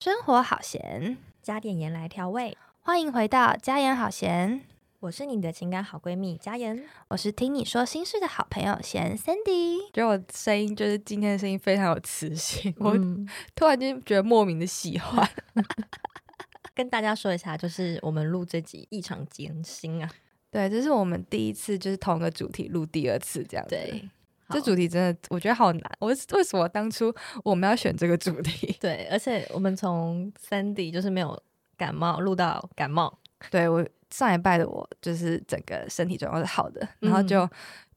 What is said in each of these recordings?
生活好闲，加点盐来调味。欢迎回到加盐好闲，我是你的情感好闺蜜佳妍。我是听你说心事的好朋友贤 Sandy。觉得我声音就是今天的声音非常有磁性，我嗯，突然间觉得莫名的喜欢。 跟大家说一下，就是我们录这集异常艰辛啊。 对，这是我们第一次就是同个主题录第二次这样子。，对，这好主题真的我觉得好难。我为什么当初我们要选这个主题？对，而且我们从 Sandy 就是没有感冒录到感冒，对我上一拜的我就是整个身体状况是好的，然后嗯就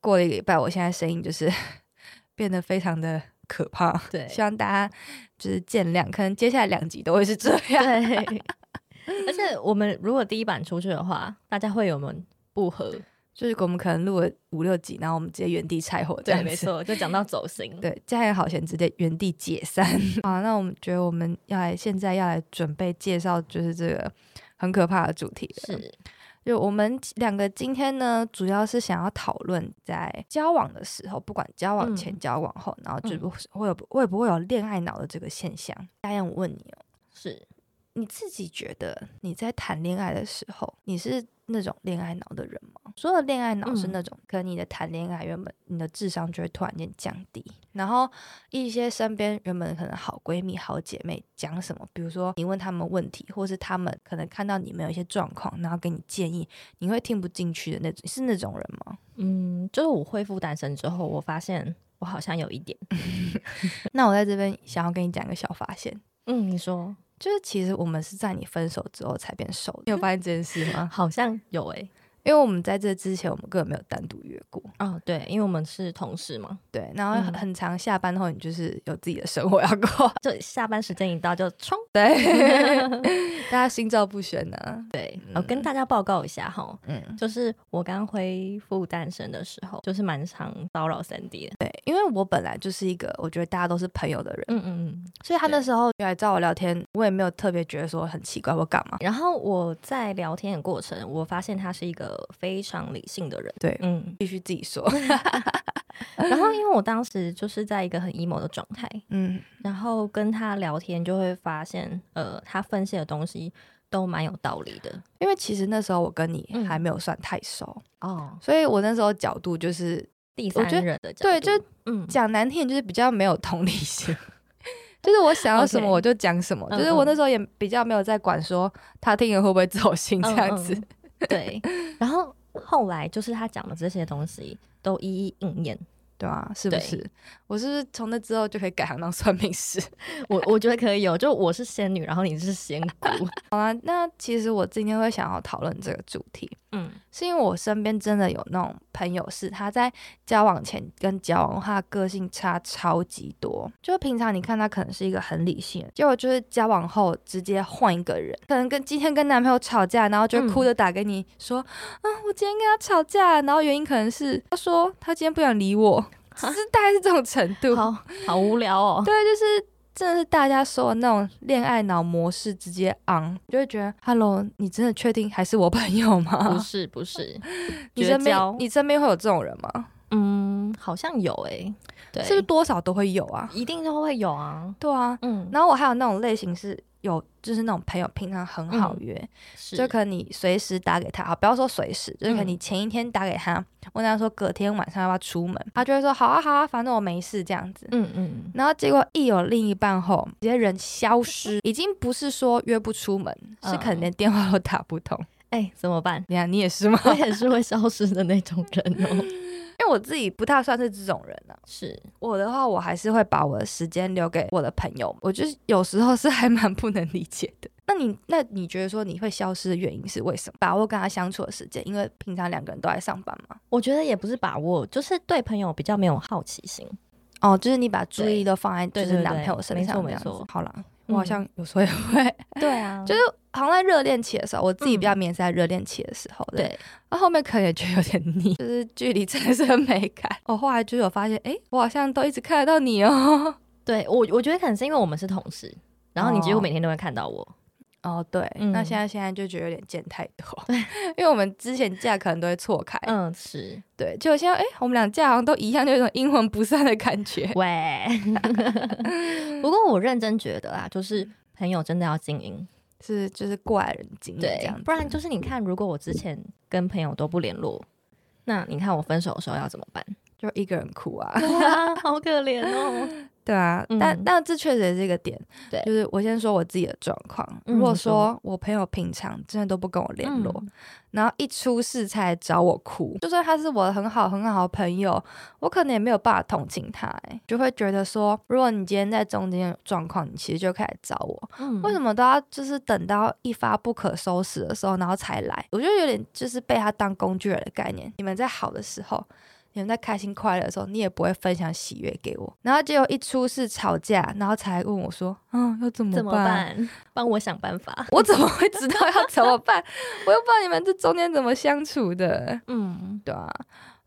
过了一个礼拜，我现在声音就是 变得非常的可怕。对希望大家就是见谅，可能接下来两集都会是这样。对。 而且我们如果第一版出去的话，大家会有我们不合，就是我们可能录了五六集，然后我们直接原地拆伙这样对，子。没错，就讲到走心。对，家人好闲直接原地解 散。好，那我们觉得我们要来现在要来准备介绍，就是这个很可怕的主题了。，是，就我们两个今天呢，主要是想要讨论在交往的时候，不管交往前、嗯交往后，然后就嗯不会有会不会有恋爱脑的这个现象。家人，我问你哦，是你自己觉得你在谈恋爱的时候，你是那种恋爱脑的人吗？说的恋爱脑是嗯那种，可能你的谈恋爱原本你的智商就会突然间降低，然后一些身边原本可能好闺蜜、好姐妹讲什么，比如说你问她们问题，或是她们可能看到你们有一些状况，然后给你建议，你会听不进去的那种，是那种人吗？嗯，就是我恢复单身之后，我发现我好像有一点，那我在这边想要跟你讲一个小发现。嗯，你说就是其实我们是在你分手之后才变熟的，你有发现这件事吗？好像有欸诶、因为我们在这之前，我们根本没有单独约过。哦，对，因为我们是同事嘛，对，然后很嗯很长下班后，你就是有自己的生活要过， 就下班时间一到就冲。对，大家心照不宣呢、啊。对，我、跟大家报告一下哈，嗯，就是我刚恢复单身的时候，就是蛮常骚扰三 D 的。对，因为我本来就是一个我觉得大家都是朋友的人，嗯嗯嗯。所以他那对时候来找我聊天，我也没有特别觉得说很奇怪或干嘛。然后我在聊天的过程，我发现他是一个非常理性的人。对嗯。必须自己说， 然后因为我当时就是在一个很 emo 的状态，嗯，然后跟他聊天就会发现，呃，他分析的东西都蛮有道理的。因为其实那时候我跟你嗯还没有算太熟，哦，所以我那时候角度就是第我三觉得人的角度，对就嗯，讲难听，就是比较没有同理心， 就是我想要什么 OK 我就讲什么嗯就是我那时候也比较没有在管说他听了会不会走心这样子。嗯嗯对，然后后来就是他讲的这些东西都一一应验，对啊，是不对是？我是不是从那之后就可以改行当算命师？ 我我觉得可以有，就我是仙女，然后你是仙姑，好啦，啊那其实我今天会想要讨论这个主题， 嗯是因为我身边真的有那种朋友，是他在交往前跟交往后，他的个性差超级多。就平常你看他可能是一个很理性的人，结果就是交往后直接换一个人，可能跟今天跟男朋友吵架，然后就哭着打给你说：“啊，我今天跟他吵架，然后原因可能是他说他今天不想理我。”是大概是这种程度，好好无聊哦，对，就是真的是大家说的那种恋爱脑模式直接昂，就会觉得，Hello，你真的确定还是我朋友 不吗？是不是，你绝身交边，你身边会有这种人吗？嗯，好像有诶、对，是不是多少都会有啊？一定都会有啊，对啊，嗯，然后我还有那种类型是。有就是那种朋友平常很好嗯约，是就可能你随时打给他，好不要说随时，就是可能嗯你前一天打给他，问他说隔天晚上要不要出门，他就会说好啊好啊，反正我没事这样子。嗯嗯，然后结果一有另一半后，直接人消失，已经不是说约不出门，嗯是可能连电话都打不通。？哎、怎么办你看，你也是吗？我也是会消失的那种人哦， 因为我自己不太算是这种人啊。 是，我的话，我还是会把我的时间留给我的朋友。我就是有时候是还蛮不能理解的。 那你那你觉得说你会消失的原因是为什么？把握跟他相处的时间，因为平常两个人都在上班嘛。我觉得也不是把握，就是对朋友比较没有好奇心，哦，就是你把注意对力都放在就对是对男朋对友身没上错这没样子错好啦，我好嗯像有时候也会，对啊，就是好像在热恋期的时候，我自己比较明显在热恋期的时候，嗯对对，那后面可能也觉得有点腻，就是距离产生美感。 我后来就有发现，诶，我好像都一直看得到你哦。对我，我觉得可能是因为我们是同事，然后你几乎哦每天都会看到我。 哦，对，嗯那现在现在就觉得有点见太多， 因为我们之前架可能都会错开，嗯，是，对，就现在诶，我们俩架好像都一样，就有一种阴 魂不散的感觉。喂。不过我认真觉得啊，就是朋友真的要经营，是就是怪人精嗯这对样子，，不然就是你看，如果我之前跟朋友都不联络，那你看我分手的时候要怎么办？就一个人哭啊。哇，好可怜 哦。 对啊，嗯但但这确实也是一个点。对就是我先说我自己的状况。嗯如果你说说我朋友平常真的都不跟我联络，嗯然后一出事才来找我哭，就算他是我很好很好的朋友，我可能也没有办法同情他、欸，就会觉得说，如果你今天在中间有状况，你其实就可以来找我，嗯为什么都要就是等到一发不可收拾的时候，然后才来？我觉得有点就是被他当工具人的概念。你们在好的时候。你们在开心快乐的时候，你也不会分享喜悦给我，然后结果一出事吵架，然后才问我说：“嗯，要怎么怎么办？帮我想办法。我怎么会知道要怎么办？我又不知道你们这中间怎么相处的，嗯，对啊。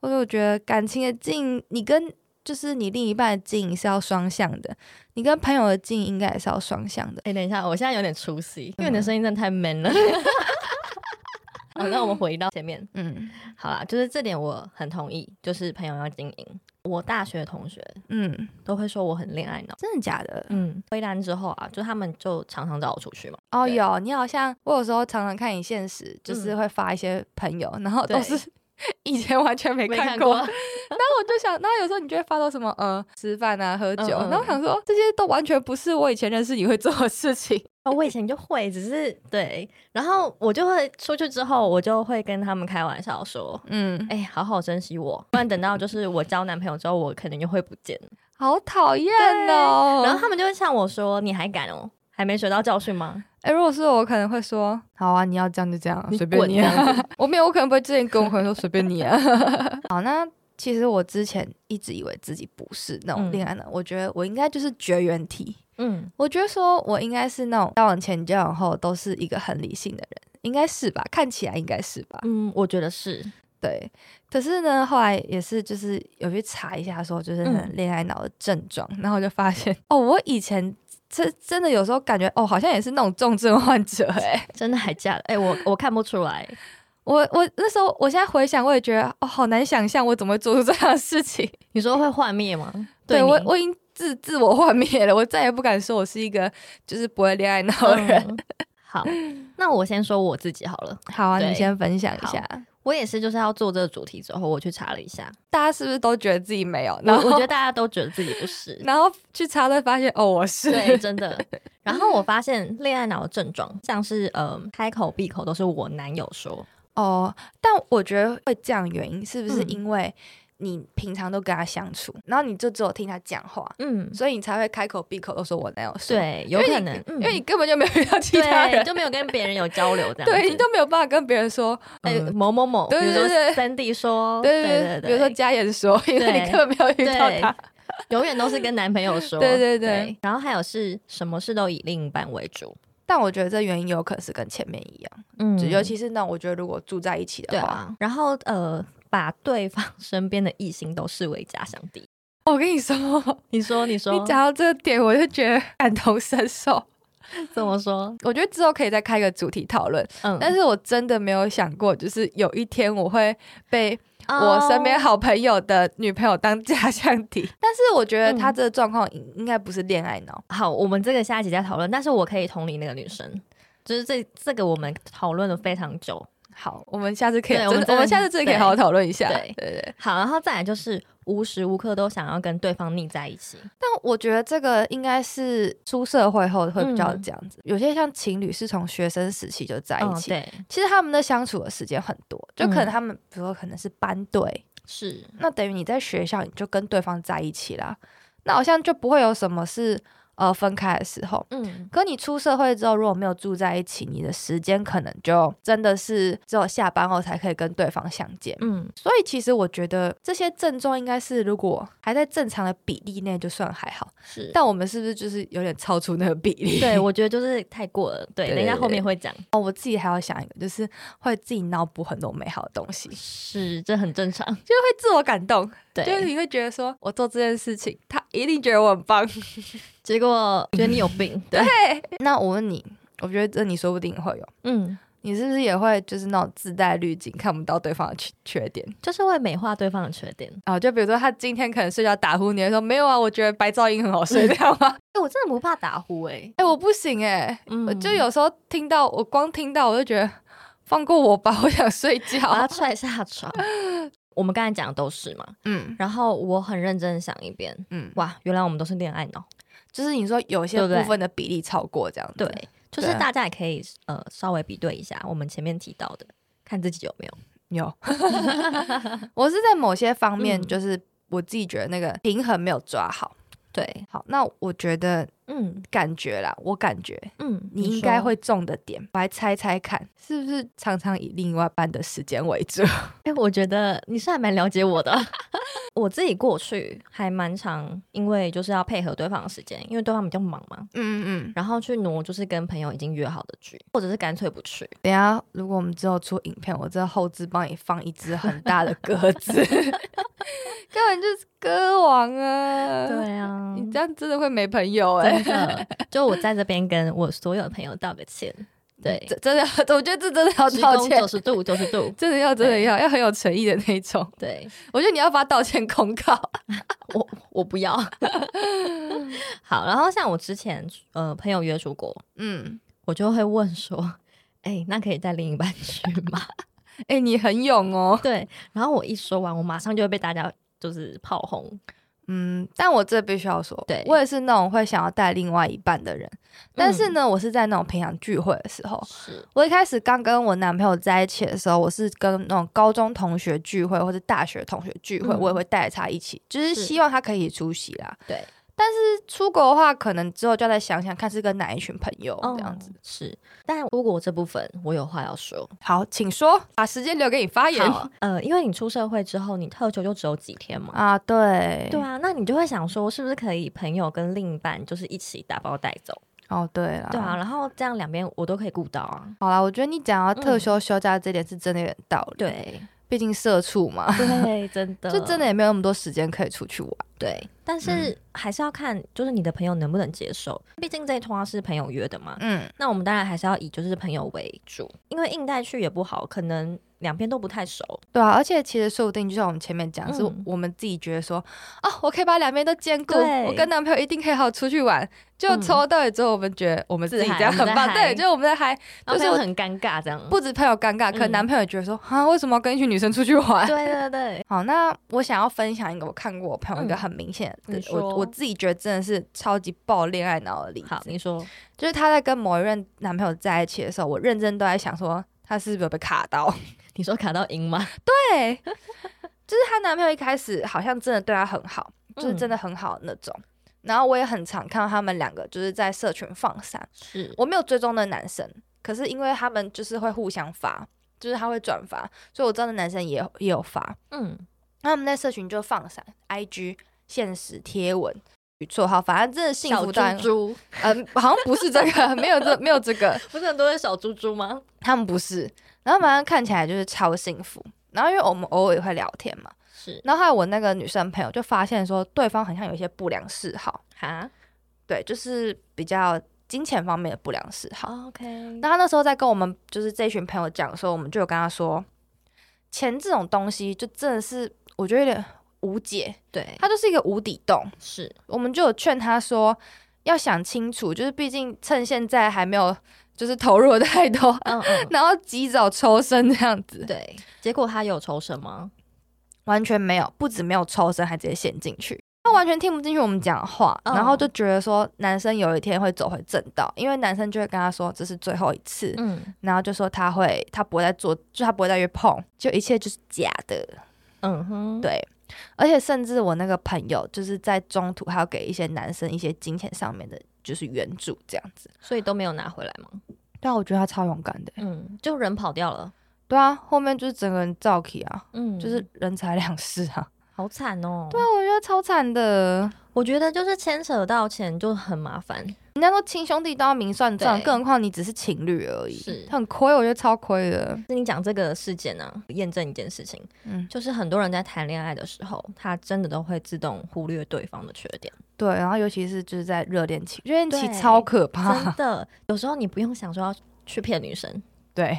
或者我觉得感情的经营，你跟就是你另一半的经营是要双向的，你跟朋友的经营应该也是要双向的。哎、等一下，我现在有点出戏，嗯因为你的声音真的太 man 了。 好，那我们回到前面。嗯好啦，就是这点我很同意，就是朋友要经营。我大学同学嗯，都会说我很恋爱脑。真的假的？嗯，回单之后啊，就他们就常常找我出去嘛。哦，对有你好像我有时候常常看你现实，就是会发一些朋友，然后都对是以前完全没没看看过，过，然后我就想，然后有时候你就会发到什么呃吃饭啊喝酒，嗯嗯然后我想说这些都完全不是我以前认识你会做的事情。 哦，我以前就会，只是对，然后我就会出去之后，我就会跟他们开玩笑说。嗯，哎、好好珍惜我，不然等到就是我交男朋友之后，我可能就会不见。好讨厌哦。然后他们就会向我说：“你还敢哦，还没学到教训吗哎、如果是我，我可能会说，好啊，你要这样就这样啊，你随便滚你、 啊。我没有，我可能不会之前跟我朋友说随便你 啊。好，那其实我之前一直以为自己不是那种嗯恋爱脑，我觉得我应该就是绝缘体。？”嗯，我觉得说我应该是那种交往前、交往后都是一个很理性的人，应该是吧？看起来应该是吧？嗯，我觉得是，对。可是呢，后来也是就是有去查一下，说就是嗯那恋爱脑的症状，然后我就发现哦，我以前。真真的有时候感觉哦，好像也是那种重症患者哎、真的还假的？哎、我我看不出来，我我那时候，我现在回想，我也觉得哦，好难想象我怎么会做出这样的事情。你说会幻灭吗？对你我，我已经自自我幻灭了，我再也不敢说我是一个就是不会恋爱脑的人。 嗯好，那我先说我自己好了。好啊，对你先分享一下，我也是，就是要做这个主题之后，我去查了一下，大家是不是都觉得自己没有？我然后，我觉得大家都觉得自己不是然后去查才发现哦，我是。对，真的。然后我发现恋爱脑的症状，像是呃开口闭口都是我男友说，哦，但我觉得会这样原因是不是嗯因为你平常都跟他相处，然后你就只有听他讲话，嗯，所以你才会开口闭口都说我男友是？，对，有因为可你能，嗯因为你根本就没有遇到其他对人，就没有跟别人有交流这样子，对你都没有办法跟别人说，哎嗯某某某，比对如对说对 Sandy 说，对对对对，比如说加盐说， 因为你对根本没有遇到对他。永远都是跟男朋友说，对对对然后还有是什么事都以另一半为主，但我觉得这原因有可能是跟前面一样，嗯就尤其是那种我觉得如果住在一起对的话，啊，然后呃把对方身边的异性都视为假想敌。我跟你说， 你你说，你说，讲到这个点，我就觉得感同身受。 怎么说？我觉得之后可以再开个主题讨论， 嗯但是我真的没有想过，就是有一天我会被我哦身边好朋友的女朋友当假想敌。 但是我觉得他这个状况应应该不是恋爱脑，好，我们这个下一集再讨论。但是我可以同理那个女生，就是这这个我们讨论了非常久。嗯好，我们下次可以，对真我们的真我的们下次真的可以好好讨论一下。对对对。好，然后再来就是无时无刻都想要跟对方腻在一起。但我觉得这个应该是出社会后会比较嗯这样子。有些像情侣是从学生时期就在一嗯，起，对，其实他们的相处的时间很多，就可能嗯他们，比如说可能是班队，是，那等于你在学校你就跟对方在一起啦，那好像就不会有什么是呃分开的时候。嗯，可你出社会之后，如果没有住在一起，你的时间可能就真的是只有下班后才可以跟对方相见。嗯，所以其实我觉得这些症状应该是，如果还在正常的比例内，就算还好。是。但我们是不是就是有点超出那个比例？ 对，我觉得就是太过了。对，对等一下后面会讲，哦，我自己还要想一个，就是会自己脑补很多美好的东西，就是这很正常。会自我感动，就是对，你会觉得说我做这件事情，他一定觉得我很棒。 结果觉得你有病。对，那我问你，我觉得这你说不定会有，嗯，你是不是也会就是那种自带滤镜，看不到对方的缺缺点就是会美化对方的缺点。啊、就比如说他今天可能睡觉打呼，你会说没有啊，我觉得白噪音很好 睡，这样吗？哎、我真的不怕打呼哎、哎、我不行哎、嗯我就有时候听到，我光听到我就觉得放过我吧，我 想睡把他觉。踹下 床。我们刚才讲的都是嘛，嗯然后我很认真地想一遍，嗯，哇，原来我们都是恋爱脑。就是你说有些对不对部分的比例超过这样子，对，就是对啊大家也可以呃稍微比对一下我们前面提到的，看自己有没有。 有，我是在某些方面嗯就是我自己觉得那个平衡没有抓好。对，好，那我觉得嗯感觉啦，我感觉嗯，你应说该会中的点，我来猜猜看，是不是常常以另外一半的时间为 主？哎、我觉得你是还蛮了解我的。 我自己过去还蛮常，因为就是要配合对方的时间，因为对方比较忙嘛，嗯嗯嗯。然后去挪就是跟朋友已经约好的局，或者是干脆不去。等一下，如果我们之后出影片，我这后置帮你放一只很大的鸽子， 根本就是歌王 啊！，啊你这样真的会没朋友哎、真的，就我在这边跟我所有的朋友道个 歉。对，这真的，我觉得这真哦的要道歉九，十度，九十 度。真的要真的要要很有诚意的那一种。对我觉得你要发道歉公告。啊我，我不要。 好，然后像我之前呃朋友约出国，嗯，我就会问说，哎、那可以带另一半去吗？。哎、你很勇哦对，然后我一说完，我马上就会被大家就是炮轰。嗯，但我这必须要说，对我也是那种会想要带另外一半的人。但嗯是呢，我是在那种平常聚会的时候。是，我一开始刚跟我男朋友在一起的时候，我是跟那种高中同学聚会或者大学同学聚会，嗯我也会带着他一起，就是是希望他可以出席啦。对，就是出国的话，可能之后就要再想想看是跟哪一群朋友这样子。嗯是。但如果我这部分我有话要说，好，请说，把时间留给你发言哦好，呃，因为你出社会之后，你特休就只有几天嘛。 啊。对，对啊，那你就会想说，是不是可以朋友跟另一半就是一起打包带走？哦，对啦，对啊，然后这样两边我都可以顾到啊。好啦，我觉得你讲到特嗯休休假这点是真的有点道理，对毕竟社畜嘛，对， 真的，嗯就真的也没有那么多时间可以出去玩。对。但是还是要看，就是你的朋友能不能接受，毕竟这一通话是朋友约的嘛。嗯，那我们当然还是要以就是朋友为主，因为硬带去也不好，可能两边都不太熟。对啊，而且其实说不定就像我们前面讲，是嗯我们自己觉得说，啊，我可以把两边都兼顾，对我跟男朋友一定可以好好出去玩。就嗯从头到尾之后，我们觉得我们自己自嗨这样很我们棒，在嗨对，就我们在嗨，就然是后朋友我很尴尬这样。不止朋友尴尬，可嗯男朋友也觉得说，啊，为什么要跟一群女生出去玩？对对对，好，那我想要分享一个我看过我朋友一个嗯很明显的，你我说我自己觉得真的是超级爆恋爱脑的例子。 好，你 说，就是她在跟某一任男朋友在一起的时候，我认真都在想说，她是不是有被卡到？你说卡到赢吗？对， 就是她男朋友一开始好像真的对她很好，就是嗯真的很好的那种。然后我也很常看到他们两个就是在社群放闪，是，我没有追踪的男生，可是因为他们就是会互相发，就是他会转发，所以我知道那男生也有也有发。嗯，他们在社群就放闪，IG 现实贴文。与绰号，反正真的幸小福到一猪个，猪，嗯、好像不是这个，没有这没有这个， 不是很多人小猪猪吗？他们不是，然后马上看起来就是超幸福。然后因为我们偶尔也会聊天嘛，是然后后来我那个女生朋友就发现说，对方好像有一些不良嗜好，哈对，就是比较金钱方面的不良嗜好。 ，OK，那她那时候在跟我们就是这群朋友讲的时候，我们就有跟她说，钱这种东西就真的是我觉得有点无解，对，它就是一个无底洞。是我们就有劝她说，要想清楚，就是毕竟趁现在还没有就是投入的太多， 嗯嗯，然后及早抽身这样子。对。结果他有抽什么？完全没有，不止没有抽身，还直接陷进去。他完全听不进去我们讲话，嗯然后就觉得说男生有一天会走回正道，因为男生就会跟他说这是最后一次，嗯然后就说他会他不会再做，就他不会再约碰，就一切就是假的，嗯哼，对。而且甚至我那个朋友就是在中途还要给一些男生一些金钱上面的，就是援助这样子。所以都没有拿回来嘛。对啊，我觉得他超勇敢的。嗯，就人跑掉了。对啊，后面就是整个人造起啊，嗯，就是人财两失啊。好惨哦。对啊，我觉得超惨的。我觉得就是牵扯到钱就很麻烦。人家说亲兄弟都要明算账，对更何况你只是情侣而已，是很亏，我觉得超亏的。是你讲这个事件呢、啊，验证一件事情，嗯，就是很多人在谈恋爱的时候，他真的都会自动忽略对方的缺 点。对，然后尤其是就是在热恋期，热恋期对超可真怕。的，有时候你不用想说要去骗女生，对，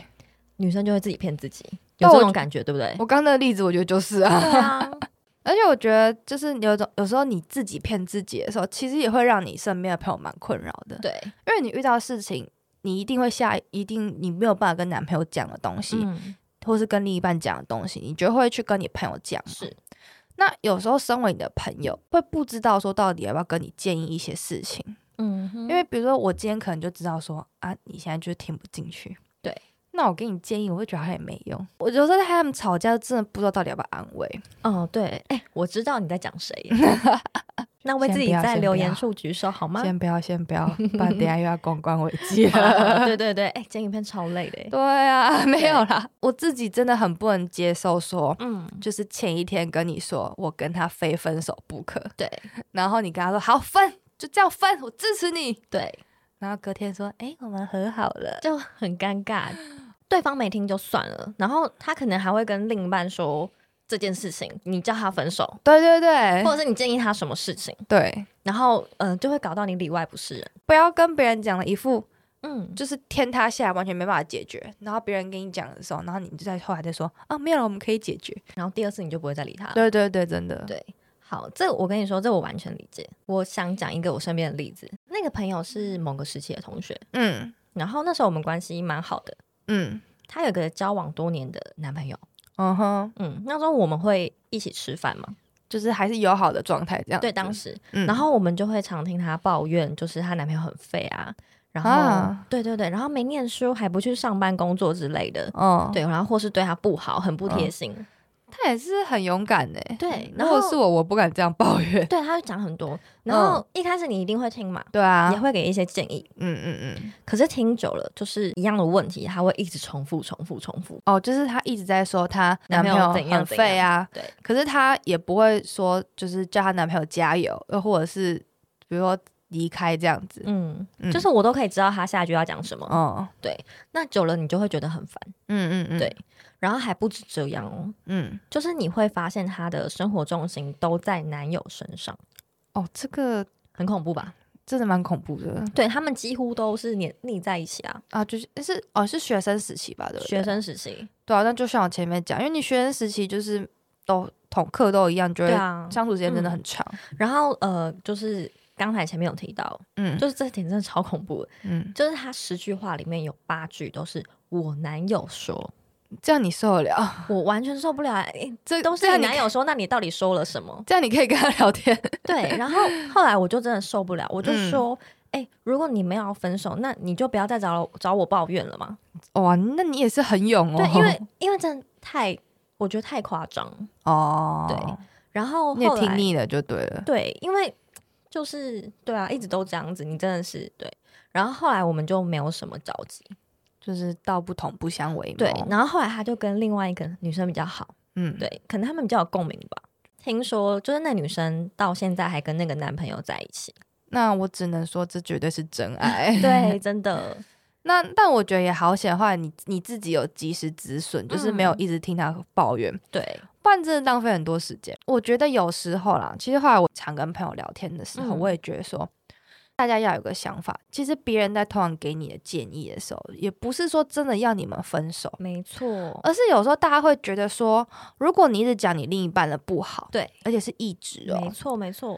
女生就会自己骗自己，但有我这觉种感觉，对不对？我刚刚那个例子，我觉得就是啊， 对啊，而且我觉得就是有一种有时候你自己骗自己的时候，其实也会让你身边的朋友蛮困扰的， 对，因为你遇到事情，你一定会下一定你没有办法跟男朋友讲的东西，嗯，或是跟另一半讲的东西，你就会去跟你朋友讲。是，那有时候身为你的朋友，会不知道说到底要不要跟你建议一些事情，嗯哼，因为比如说我今天可能就知道说啊，你现在就是听不进去，对。那我给你建议，我会觉得好像也没用。我有时候在和他们吵架，真的不知道到底要不要安慰。哦，对，哎、我知道你在 讲谁耶。那为先自不己要在先留不言要处举手好吗？先不要，先 不要，不然等一下又要公关危机啊了。对对对，哎、剪影片超累的耶。 欸对啊，没有啦，我自己真的很不能接受说。嗯，就是前一天跟你说我跟他非分手不可，对然后你跟他说好分，就这样分，我支持你。对，然后隔天说，哎、我们和好了。就很尴尬。对方没听就算了，然后他可能还会跟另一半说这件事情，你叫他分手，对对对或者是你建议他什么事情，对，然后嗯、呃就会搞到你里外不是人。不要跟别人讲了一副嗯，就是天塌下来完全没办法解决，然后别人跟你讲的时候，然后你就在后来再说啊，没有了，我们可以解决。然后第二次你就不会再理他了。对对对，真的。对，好，这我跟你说，这我完全理解。我想讲一个我身边的例子，那个朋友是某个时期的同学，嗯然后那时候我们关系蛮好的，嗯她有个交往多年的男朋友，嗯哼，嗯，那时候我们会一起吃饭嘛，就是还是友好的状态这样子。对，当时，嗯然后我们就会常听她抱怨，就是她男朋友很废啊，然后、啊对对对，然后没念书，还不去上班工作之类的。哦，对，然后或是对她不好，很不贴嗯心。他也是很勇敢呢。对，如然果后是我，我不敢这样抱怨。对，她就讲很多。然后一开始你一定会听嘛，对哦啊也，会给一些建议。嗯嗯嗯，可是听久了，就是一样的问题，她会一直重复、重复、重复。哦，就是她一直在说她男朋男朋友友怎样很废啊，怎样对，可是她也不会说就是叫她男朋友加油，又或者是比如说离开这样子，嗯，嗯就是我都可以知道她下一句要讲什么。哦，那久了你就会觉得很烦，嗯嗯嗯，对，然后还不止这样哦，嗯，就是你会发现她的生活重心都在男友身上，哦，这个很恐怖吧？真的蛮恐怖的对他们几乎都是黏腻在一起啊，啊，就是是哦是学生时期吧，对不对？学生时期，对啊，那就像我前面讲，因为你学生时期就是都同课都一样，就对会啊。相处时间真的很长，然后呃，就是刚才前面有提到，嗯就是这点真的超恐怖的，嗯，就是他十句话里面有八句都是我男友说，这样你受得了？我完全受不了、欸，这都这是样你你？男友说，那你到底说了什么这样你可以跟他聊天， 对，然后后来我就真的受不了，我就嗯说。哎、如果你们要分手，那你就不要再找找我抱怨了嘛。哇，那你也是很勇哦，对，因为因为真的太，我觉得太夸张。哦，对然后你也后来听腻了就对了。对，因为就是对啊，一直都这样子，你真的是对。然后后来我们就没有什么交集，就是道不同不相为谋。对。然后后来他就跟另外一个女生比较好，嗯，对，可能他们比较有共鸣吧。听说就是那女生到现在还跟那个男朋友在一起，那我只能说这绝对是真爱。 对，真的， 那但我觉得也好险，后来你你自己有及时止损，就是没嗯有一直听他抱怨，对，不然真的浪费很多时间。我觉得有时候啦，其实后来我常跟朋友聊天的时候，嗯我也觉得说。大家要有个想法，其实别人在通常给你的建议的时候，也不是说真的要你们分手，没错，而是有时候大家会觉得说，如果你一直讲你另一半的不好，对，而且是一直哦，没错，没错，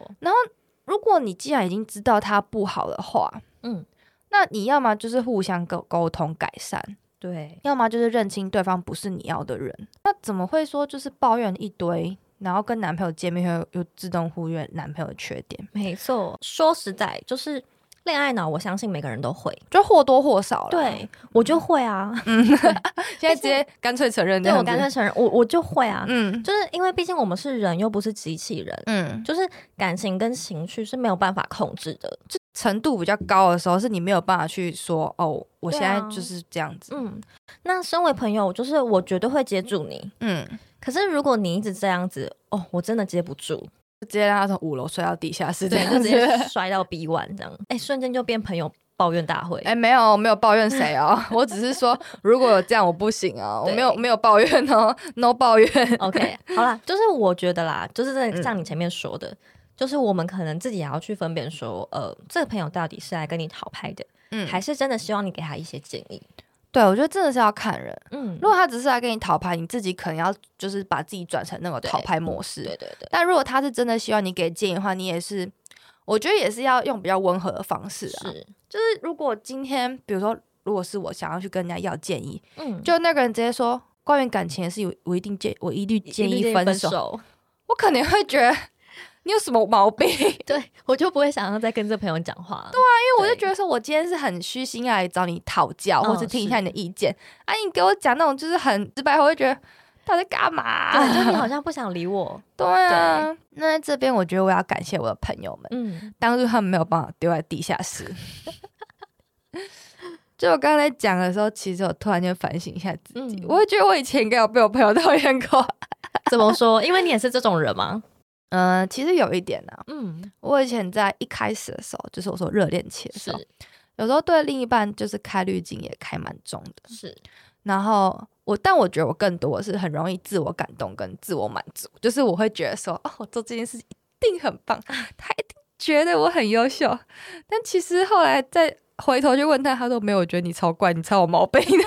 如果你既然已经知道他不好的话，嗯，那你要么就是互相沟沟通改善，对，要么就是认清对方不是你要的人。那怎么会说就是抱怨一堆，然后跟男朋友见面后又自动忽略男朋友的缺点，没错。说实在，就是恋爱脑，我相信每个人都会，就或多或少了。，对我就会啊，现在直接干脆承认这对我样子。干脆承认，我我就会啊，嗯就是因为毕竟我们是人，又不是机器人，嗯，就是感情跟情绪是没有办法控制的。就程度比较高的时候，是你没有办法去说哦，我对现啊在就是这样子。嗯，那身为朋友，就是我绝对会接住你。嗯，可是如果你一直这样子，哦，我真的接不住，就直接让他从五楼摔到地下室这对，样就直子。接摔到 B one 这样，哎、瞬间就变朋友抱怨大会。哎、没有，没有抱怨谁哦，我只是 说，如果有这样我不行啊，我对哦没有没有抱怨哦，no 抱怨。 OK，好啦，就是我觉得啦，就是真的嗯像你前面说的，就是我们可能自己也要去分辨说，呃，这个朋友到底是来跟你讨拍的，嗯，还是真的希望你给他一些建议。对，我觉得真的是要看人。嗯，如果他只是来跟你讨牌，你自己可能要就是把自己转成那种讨牌模对式。对对，但如果他是真的希望你给建议的话，你也是，我觉得也是要用比较温和的方式啊。是，就是如果今天，比如说，如果是我想要去跟人家要建议，嗯，就那个人直接说关于感情的事情，我一定建，我一律建一律议分分手，我肯定会觉得 你有什么毛病，因 对我就不会想要再跟这朋友讲话了。对啊为我就觉得说我今天是很虚心要来找你讨教，嗯或是听一下你的意见，啊，你给我讲那种就是很直白，我会觉得他在干嘛、啊，就你好像不想理我。对啊，那在这边我觉得我要感谢我的朋友们， 嗯，当初他们没有把我丢在地下室。 就我刚才讲的时候，其实我突然间反省一下自己，嗯我会觉得我以前应该有被我朋友 讨厌过。怎么说？因为你也是这种人吗？嗯、其实有一点呢、 嗯，我以前在一开始的时候，就是我说热恋期的时是候，有时候对另一半就是开滤镜也开蛮重的。是，然后我，但我觉得我更多是很容易自我感动跟自我满足，就是我会觉得说，哦，我做这件事一定很棒，他一定觉得我很优秀。但其实后来再回头去问他，他说没有，我觉得你超怪，你超有毛病的。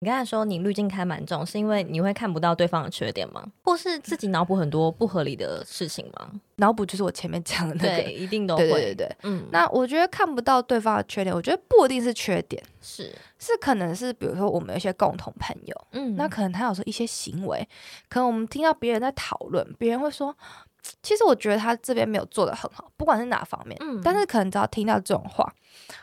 你刚才说你滤镜开蛮重，是因为你会看不到对方的缺点吗？或是自己脑补很多不合理的事情 吗？脑补就是我前面讲的那对，个，一定都对会。对对对。嗯，那我觉得看不到对方的缺点，我觉得不一定是缺点，是，是可能是比如说我们有一些共同朋友，嗯那可能他有时候一些行为，可能我们听到别人在讨论，别人会说，其实我觉得他这边没有做的很好，不管是哪方面，嗯但是可能只要听到这种话，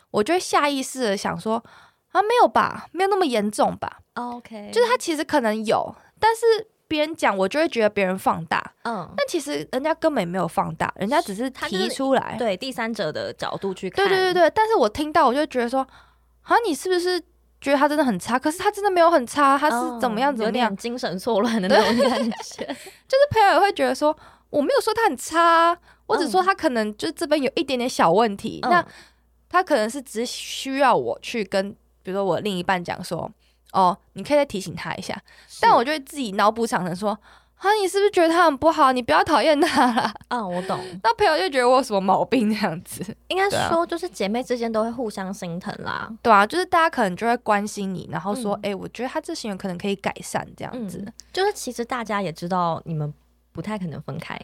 我就会下意识的想说，啊，没有吧，没有那么严重吧， OK，就是他其实可能有，但是别人讲，我就会觉得别人放大，嗯，但其实人家根本也没有放大，人家只是他就是提出来，对第三者的角度去看，对对对对，但是我听到我就觉得说，啊，你是不是觉得他真的很差？可是他真的没有很差，啊他是怎么样哦怎么有样点？精神错乱的那种感觉。就是朋友也会觉得说，我没有说他很差啊，我只说嗯他可能就是这边有一点点小问题，那他可能是只需要我去跟，比如说我另一半讲说，哦，你可以再提醒他一下，但我就会自己脑补想成说。啊，你是不是觉得他很不好？你不要讨厌他啦。 嗯，我懂，那朋友就觉得我有什么毛病这样子，应该对啊说就是姐妹之间都会互相心疼啦。对啊，就是大家可能就会关心你，然后说，嗯哎、我觉得他这行为可能可以改善这样子。嗯，就是其实大家也知道你们不太可能分 开，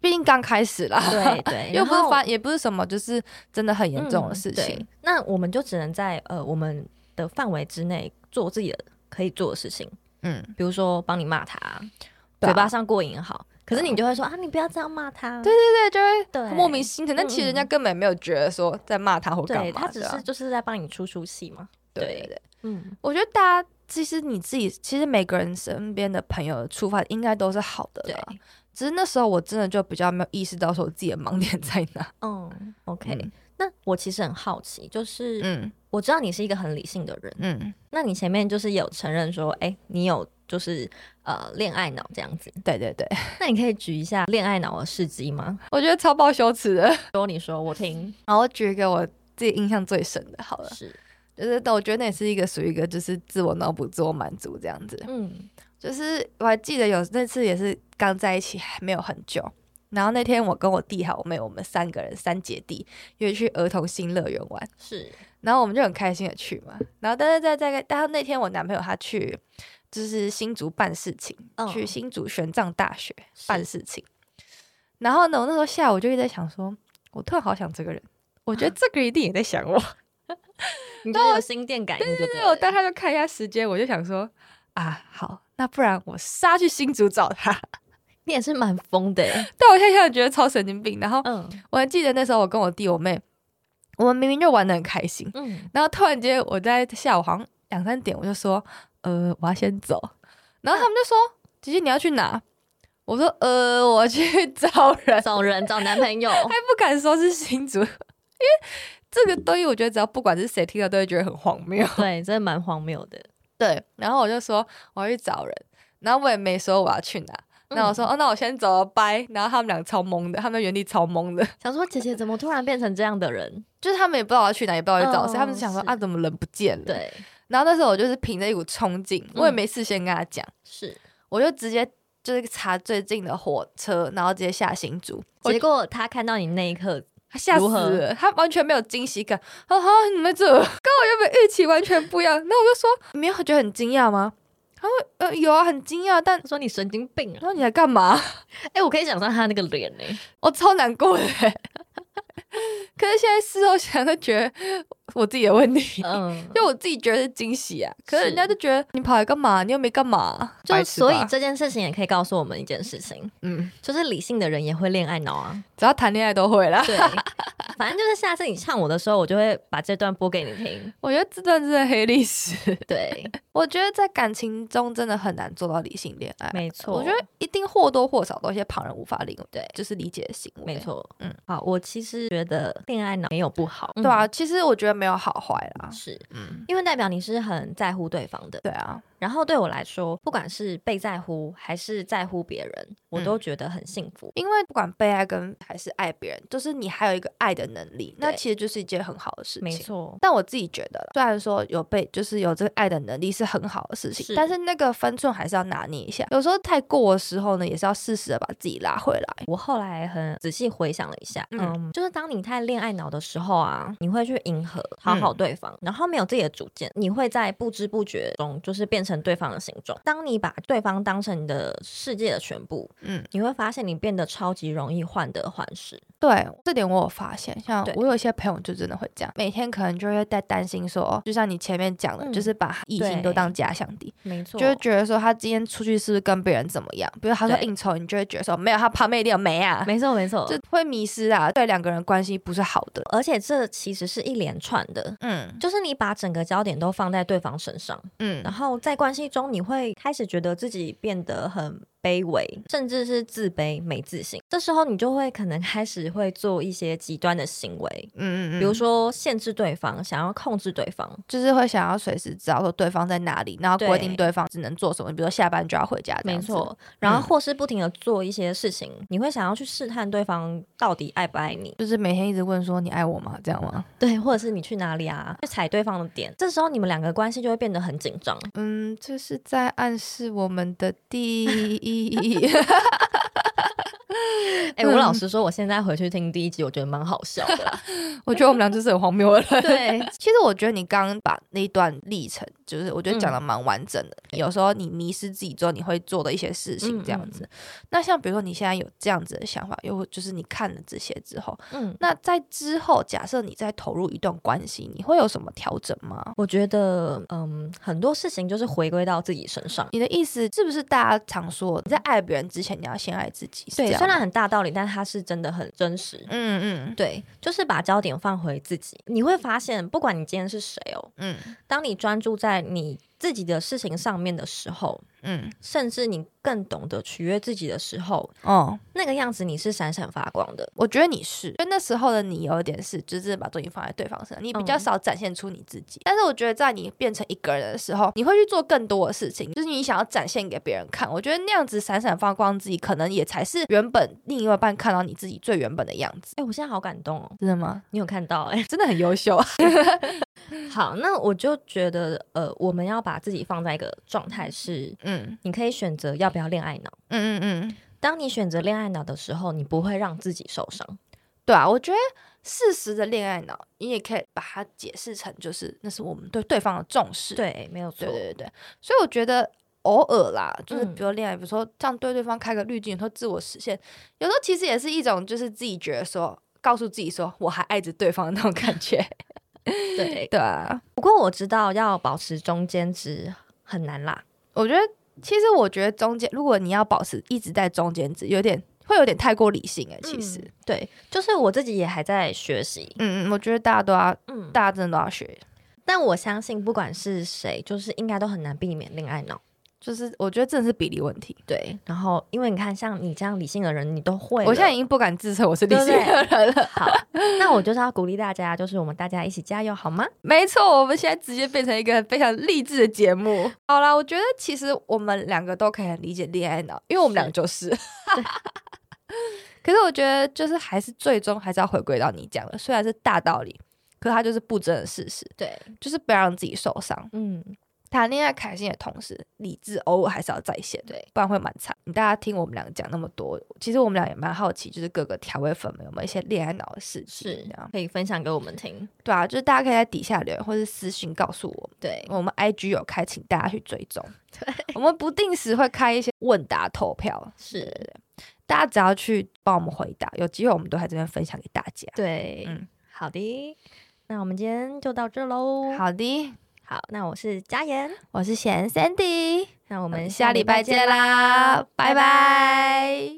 毕竟刚开始啦，对对，又不是然后发，也不是什么就是真的很严重的事嗯对情。那我们就只能在呃我们的范围之内做自己的可以做的事情，嗯，比如说帮你骂他，对啊嘴巴上过瘾也好，可是对啊你就会说啊，你不要这样骂他，对对对，就对会莫名心疼。但其实人家根本没有觉得说在骂他或干对，嘛，他只对吧是就是在帮你出出气嘛，对对对。啊嗯，我觉得大家其实你自己，其实每个人身边的朋友的出发应该都是好的对啦。，只是那时候我真的就比较没有意识到说我自己的盲点在 哪。嗯，OK，嗯那我其实很好奇，就是嗯我知道你是一个很理性的人，嗯，那你前面就是有承认说，哎、你有就是呃恋爱脑这样 子，对对 对，那你可以举一下恋爱脑的事迹吗？我觉得超爆羞耻的。说你说我听，然后我举一个我自己印象最深的，好了，是，就是但我觉得那也是一个属于一个就是自我脑补、自我满足这样子。嗯就是我还记得有那次也是刚在一起还没有很久，然后那天我跟我弟还有我妹，我们三个人三姐弟约去儿童新乐园玩，是，然后我们就很开心的去嘛。然后但是在在但是那天我男朋友他去就是新竹办事情，嗯去新竹玄奘大学是办事情。然后呢，我那时候下午就一直在想说，我突然好想这个人，我 觉得这个人一定也在想我。你就是有心电感应就对对，我了，当下就看一下时间，我就想说啊，好，那不然我杀去新竹找他。你也是蛮疯的欸，但我现在觉得超神经病。然后 嗯我还记得那时候我跟我弟我妹，我们明明就玩的很开心，嗯，然后突然间我在下午好像两三点，我就说，呃，我要先走。然后他们就说，姐姐你要去哪？我说，呃，我去找人， 还找人找男 朋友，不敢说是新竹，因为这个东西我觉得只要不管是谁听到都会觉得很荒谬。对，真的蛮荒谬的，对，然后我就说我要去找人，然后我也没说我要去哪。那我说、哦，那我先走了，拜。然后他们俩超懵的，他们原地超懵的。想说姐姐怎么突然变成这样的人？就是他们也不知道我要去哪，也不知道我要找谁，嗯他们就想说是啊，怎么人不见了？。对，嗯然后那时候我就是凭着一股冲劲，我也没事先跟他讲，是，我就直接就是查最近的火车，然后直接下新竹。我结果他看到你那一刻，他吓死如何了，他完全没有惊喜感。啊哈，你们这跟我原本预期完全不一样。那我就说，你没有觉得很惊讶吗？他说，呃，有啊，很惊讶，但他说你神经病啊！然后你来干嘛？ 哎、我可以想象他那个脸欸呢、我超难过的。 可是现在事后想，就觉得我自己的问题。嗯， 就我自己觉得是惊喜啊，可是是人家就觉得你跑来干嘛？你又没干嘛，就白痴所吧以这件事情也可以告诉我们一件事情，嗯，就是理性的人也会恋爱脑 啊。只要谈恋爱都会 啦。对，反正就是下次你唱我的时候，我就会把这段播给你 听。我觉得这段真的黑历史。对，我觉得在感情中真的很难做到理性恋爱，没错，我觉得一定或多或少都有一些旁人无法理解，对就是理解的行为。没，错。嗯嗯，好，我其实觉得恋爱脑没有不好，对啊，其实我觉得没有好坏啦嗯，。是嗯，因为代表你是很在乎对方的。对啊，然后对我来说，不管是被在乎还是在乎别人，我嗯都觉得很幸福。因为不管被爱跟还是爱别人，就是你还有一个爱的能力，那对其实就是一件很好的事情。没错，但我自己觉得啦，虽然说有被就是有这个爱的能力是很好的事情，是但是那个分寸还是要拿捏一下。有时候太过的时候呢，也是要适时的把自己拉回来。我后来很仔细回想了一下，嗯嗯，就是当你太恋爱脑的时候啊，你会去迎合、讨嗯好对方，然后没有自己的主见，你会在不知不觉中就是变成对方的形状。当你把对方当成你的世界的全部，嗯，你会发现你变得超级容易患得患失。对，这点我有发现，像对我有一些朋友就真的会这样，每天可能就会在担心说，哦就像你前面讲的，嗯就是把异性都对当假想敌，没错就会觉得说他今天出去是不是跟别人怎么样？比如他说对应酬，你就会觉得说没有，他旁边一定有没啊，没错，没错。就会迷失啊，对两个人关系不是好的。而且这其实是一连串的，嗯就是你把整个焦点都放在对方身上，嗯然，后在关系中，你会开始觉得自己变得很卑微，甚至是自卑、没自信。这时候你就会可能开始会做一些极端的行为，嗯嗯，比如说限制对方，想要控制对方。就是会想要随时知道说对方在哪里，然后对规定对方只能做什么，比如说下班就要回家这没样子。错，然后或是不停的做一些事情，你会想要去试探对方到底爱不爱你，就是每天一直问说你爱我吗？这样吗？对，或者是你去哪里啊，去踩对方的点。这时候你们两个关系就会变得很紧张。 嗯，这是在暗示我们的第 一。哎、我老实说，我现在回去听第一集，我觉得蛮好笑的。我觉得我们俩就是很荒谬的人。对，其实我觉得你刚刚把那一段历程，就是我觉得讲的蛮完整的。有时候你迷失自己之后，你会做的一些事情嗯这样子。那像比如说你现在有这样子的想法，又或就是你看了这些之后， 嗯，那在之后假设你再投入一段关系，你会有什么调整吗？我觉得，嗯，很多事情就是回归到自己身上。你的意思是不是大家常说，你在爱别人之前，你要先爱自己？是这对，样虽吗然很大道理，但它是真的很真实。嗯嗯对，就是把焦点放回自己，你会发现，不管你今天是谁哦，嗯当你专注在你自己的事情上面的时候，嗯，甚至你更懂得取悦自己的时候，哦，那个样子你是闪闪发光的。我觉得你是，就那时候的你有一点是，就是把重心放在对方身上，你比较嗯少展现出你自己。但是我觉得在你变成一个人的时候，你会去做更多的事情，就是你想要展现给别人看。我觉得那样子闪闪发光自己，可能也才是原本另外一半看到你自己最原本的样子。哎、我现在好感动哦，真的吗？你有看到哎、真的很优秀啊！嗯好，那我就觉得，呃，我们要把自己放在一个状态是，嗯你可以选择要不要恋爱脑。嗯嗯嗯，当你选择恋爱脑的时候，你不会让自己受伤。对啊，我觉得适时的恋爱脑，你也可以把它解释成就是那是我们对对方的重视。对，没有错对对对对，所以我觉得偶尔啦，就是嗯比如恋爱，比如说这样对对方开个滤镜，或自我实现，有时候其实也是一种就是自己觉得说。告诉自己说我还爱着对方的那种感觉， 对对啊，不过我知道要保持中间值很难啦。我觉得其实我觉得中间，如果你要保持一直在中间值，有点会有点太过理性哎、其实，嗯对，就是我自己也还在学习。嗯嗯，我觉得大家都要，嗯，大家真的都要学，但我相信不管是谁，就是应该都很难避免恋爱脑。就是我觉得真的是比例问题。对，然后因为你看，像你这样理性的人，你都会了。我现在已经不敢自称我是理对不性的对人了，好，那我就是要鼓励大家，就是我们大家一起加油，好吗？没错，我们现在直接变成一个非常励志的节目。好啦，我觉得其实我们两个都可以很理解恋爱脑，因为我们两个就是。 可是我觉得，就是还是最终还是要回归到你讲的，虽然是大道理，可它就是不争的事实，对，就是不要让自己受伤。嗯，谈恋爱开心的同时，理智偶尔还是要在线，对，不然会蛮惨。大家听我们俩讲那么多，其实我们俩也蛮好奇，就是各个调味粉们有没有一些恋爱脑的事情？是这样可以分享给我们听。对啊，就是大家可以在底下留言或是私信告诉我们。对，我们 IG 有开，请大家去追踪。对，我们不定时会开一些问答投票，对对是，对，大家只要去帮我们回答，有机会我们都在这边分享给大家。对，嗯好的。那我们今天就到这喽。好的，好，那我是佳妍，我是贤 Sandy。那我我们们下礼拜见见啦，拜拜